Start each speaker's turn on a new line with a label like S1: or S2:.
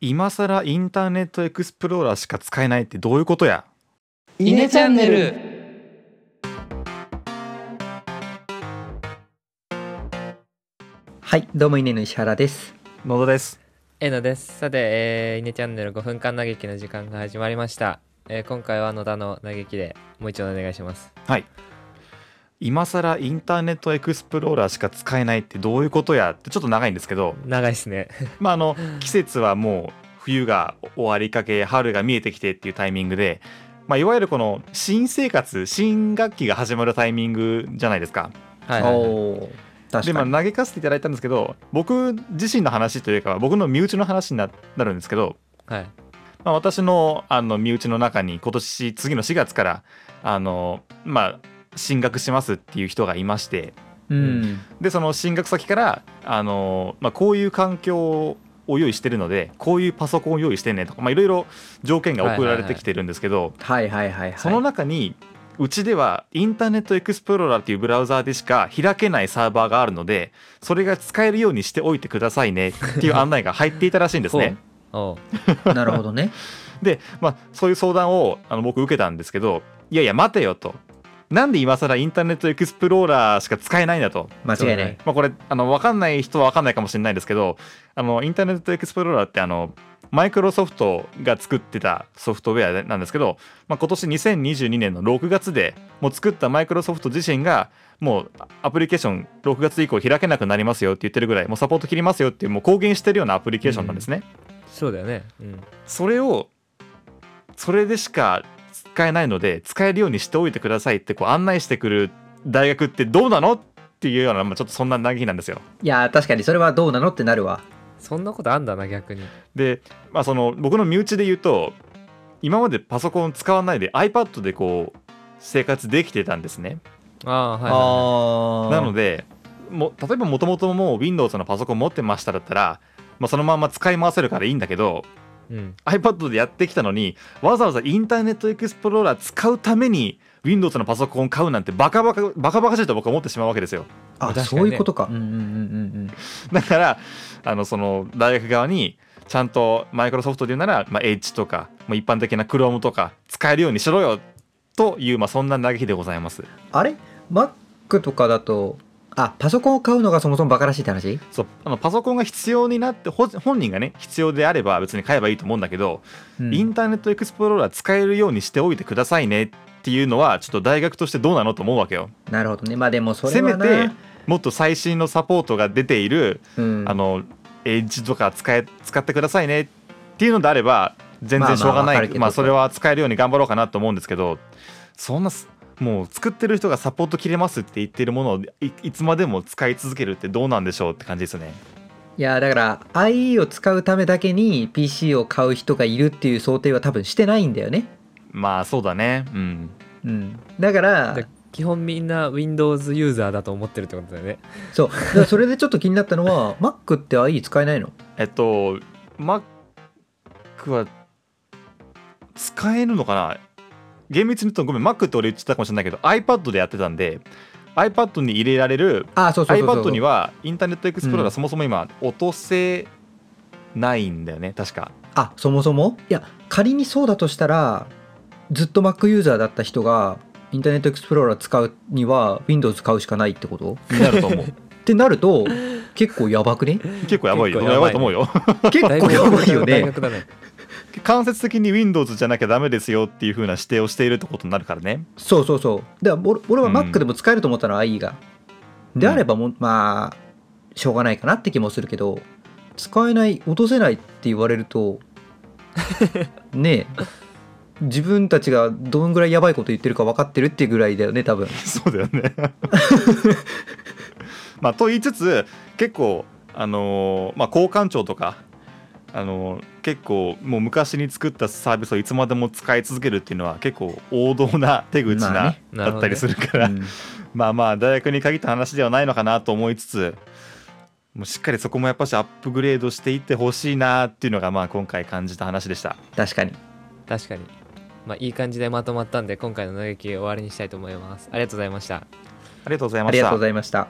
S1: 今さらインターネットエクスプローラーしか使えないってどういうことや
S2: イネチャンネル
S3: はいどうもイネの石原です
S1: 野田です
S4: えのです。さて、えー、イネチャンネル5分間嘆きの時間が始まりました。えー、今回は野田の嘆きでもう一度お願いします。
S1: 今さらインターネットエクスプローラーしか使えないってどういうことやってちょっと長いんですけど、
S4: 長いですね。
S1: まあ、あの季節はもう冬が終わりかけ春が見えてきてっていうタイミングで、まあ、いわゆるこの新生活新学期が始まるタイミングじゃないですか。
S4: はいはいはい、
S3: おー確
S1: で
S3: か
S1: まあ
S3: に、
S1: 投げかせていただいたんですけど僕自身の話というか僕の身内の話にななるんですけど、
S4: はい。
S1: まあ、私のあの身内の中に今年次の4月からあの、まあ、進学しますっていう人がいまして
S3: うん
S1: でその進学先からあの、まあ、こういう環境を用意してるのでこういうパソコンを用意してねとかまあいろいろ条件が送られてきてるんですけど、
S3: はいはいはいはい
S1: その中にうちではインターネットエクスプローラーっていうブラウザーでしか開けないサーバーがあるのでそれが使えるようにしておいてくださいねっていう案内が入っていたらしいん ですね。
S4: おう
S3: なるほどね
S1: で、まあ、そういう相談をあの僕受けたんですけどいやいや待てよと。なんで今更インターネットエクスプローラーしか使えないんだと。
S3: 間違いない
S1: まあ、これあの分かんない人は分かんないかもしれないですけどあのインターネットエクスプローラーってあのマイクロソフトが作ってたソフトウェアなんですけど、まあ、今年2022年の6月でもう作ったマイクロソフト自身がもうアプリケーション6月以降開けなくなりますよって言ってるぐらいもうサポート切りますよっていうもう公言してるようなアプリケーションなんですね。
S4: そうだよね。うん。
S1: それをそれでしか使えないので使えるようにしておいてくださいってこう案内してくる大学ってどうなのっていうような、まあ、ちょっとそんな嘆きなんですよ。
S3: いやー確かにそれはどうなのってなるわ
S4: そんなことあんだな、逆に。
S1: で、まあ、その僕の身内で言うと今までパソコン使わないで iPad でこう生活できてたんですね。
S4: ああ、はい、は
S3: あ
S1: なの
S3: で
S1: でも例えばもともともう Windows のパソコン持ってましただったら、まあ、そのまま使い回せるからいいんだけど
S4: い。うん。
S1: iPad でやってきたのにわざわざインターネットエクスプローラー使うために Windows のパソコン買うなんてバカバカバカバカしいと僕は思ってしまうわけですよ
S3: あ
S4: 確かにね
S3: そういうことかうんうんうん
S1: だからあのその大学側にちゃんとマイクロソフトで言うなら、まあ、Edge とか、まあ、一般的な Chrome とか使えるようにしろよという、まあ、そんな嘆きでございます
S3: うんあれ Mac とかだとあパソコンを買うのがそもそもバカらしいって話
S1: そうあのパソコンが必要になってほ本人がね必要であれば別に買えばいいと思うんだけど、
S3: うん
S1: インターネットエクスプローラー使えるようにしておいてくださいねっていうのはちょっと大学としてどうなのと思うわけよ
S3: なるほどねまあでもそれ
S1: せめ
S3: はな
S1: てもっと最新のサポートが出ている、
S3: うん
S1: あのエッジとか使え使ってくださいねっていうのであれば全
S3: まあま
S1: 然し
S3: あ
S1: ょうがない、ま
S3: わか
S1: あ
S3: るけど
S1: それは使えるように頑張ろうかなと思うんですけどそんなすもう作ってる人がサポート切れますって言ってるものをいいつまでも使い続けるってどうなんでしょうって感じですね。
S3: いやだから IE を使うためだけに PC を買う人がいるっていう想定は多分してないんだよね。
S1: まあそうだね、うん、
S3: うん、だから
S4: で基本みんな Windows ユーザーだと思ってるってことだよ ね。
S3: そうだからそれでちょっと気になったのは Mac って IE 使えないの
S1: えっと Mac は使えるのかな厳密に言うとごめん Mac って俺言ってたかもしれないけど iPad でやってたんで iPad に入れられる
S3: あそうそうそうそう
S1: iPad にはインターネットエクスプロー
S3: う
S1: ラ
S3: ん
S1: ーそもそも今落とせないんだよね確か
S3: あそもそもいや仮にそうだとしたらずっと Mac ユーザーだった人がインターネットエクスプローラー使うには Windows 買うしかないってこと
S1: になると 思う
S3: ってなると結構やばくね
S1: 結構やばいよ
S4: 結
S1: や
S4: 構
S1: ばい
S4: やばいね
S1: と思うよ
S3: 結構
S4: だいぶ
S3: やばいよ
S4: 大
S3: ね
S4: 学だね。
S1: 間接的に Windows じゃなきゃダメですよっていう風な指定をしているってことになるからね
S3: そうそうそうだから俺俺は
S1: うん
S3: Mac でも使えると思ったの IE が、であればもうまあしょうがないかなって気もするけど使えない落とせないって言われ るとねえ自分たちがどんぐらいやばいこと言ってるか分かってるっていうぐらいだよね多分
S1: そうだよね。まあ、と言いつつ結構あのーまあ、交換庁とか、あのー結構もう昔に作ったサービスをいつまでも使い続けるっていうのは結構王道な手口な、
S3: まあね
S4: なる
S1: だ
S4: ほ
S1: っ
S4: ど
S1: た
S4: ね
S1: りするか
S3: う
S1: ら、
S3: ん
S1: まあまあ大学に限った話ではないのかなと思いつつもうしっかりそこもやっぱしアップグレードしていってほしいなっていうのがまあ今回感じた話でした。
S3: 確かに
S4: 確かに。まあ、いい感じでまとまったんで、今回の嘆き終わりにしたいと思います。ありがとうございました。
S1: ありがとうござい
S3: あ
S1: ま
S3: り
S1: し
S3: がと
S1: た
S3: うございました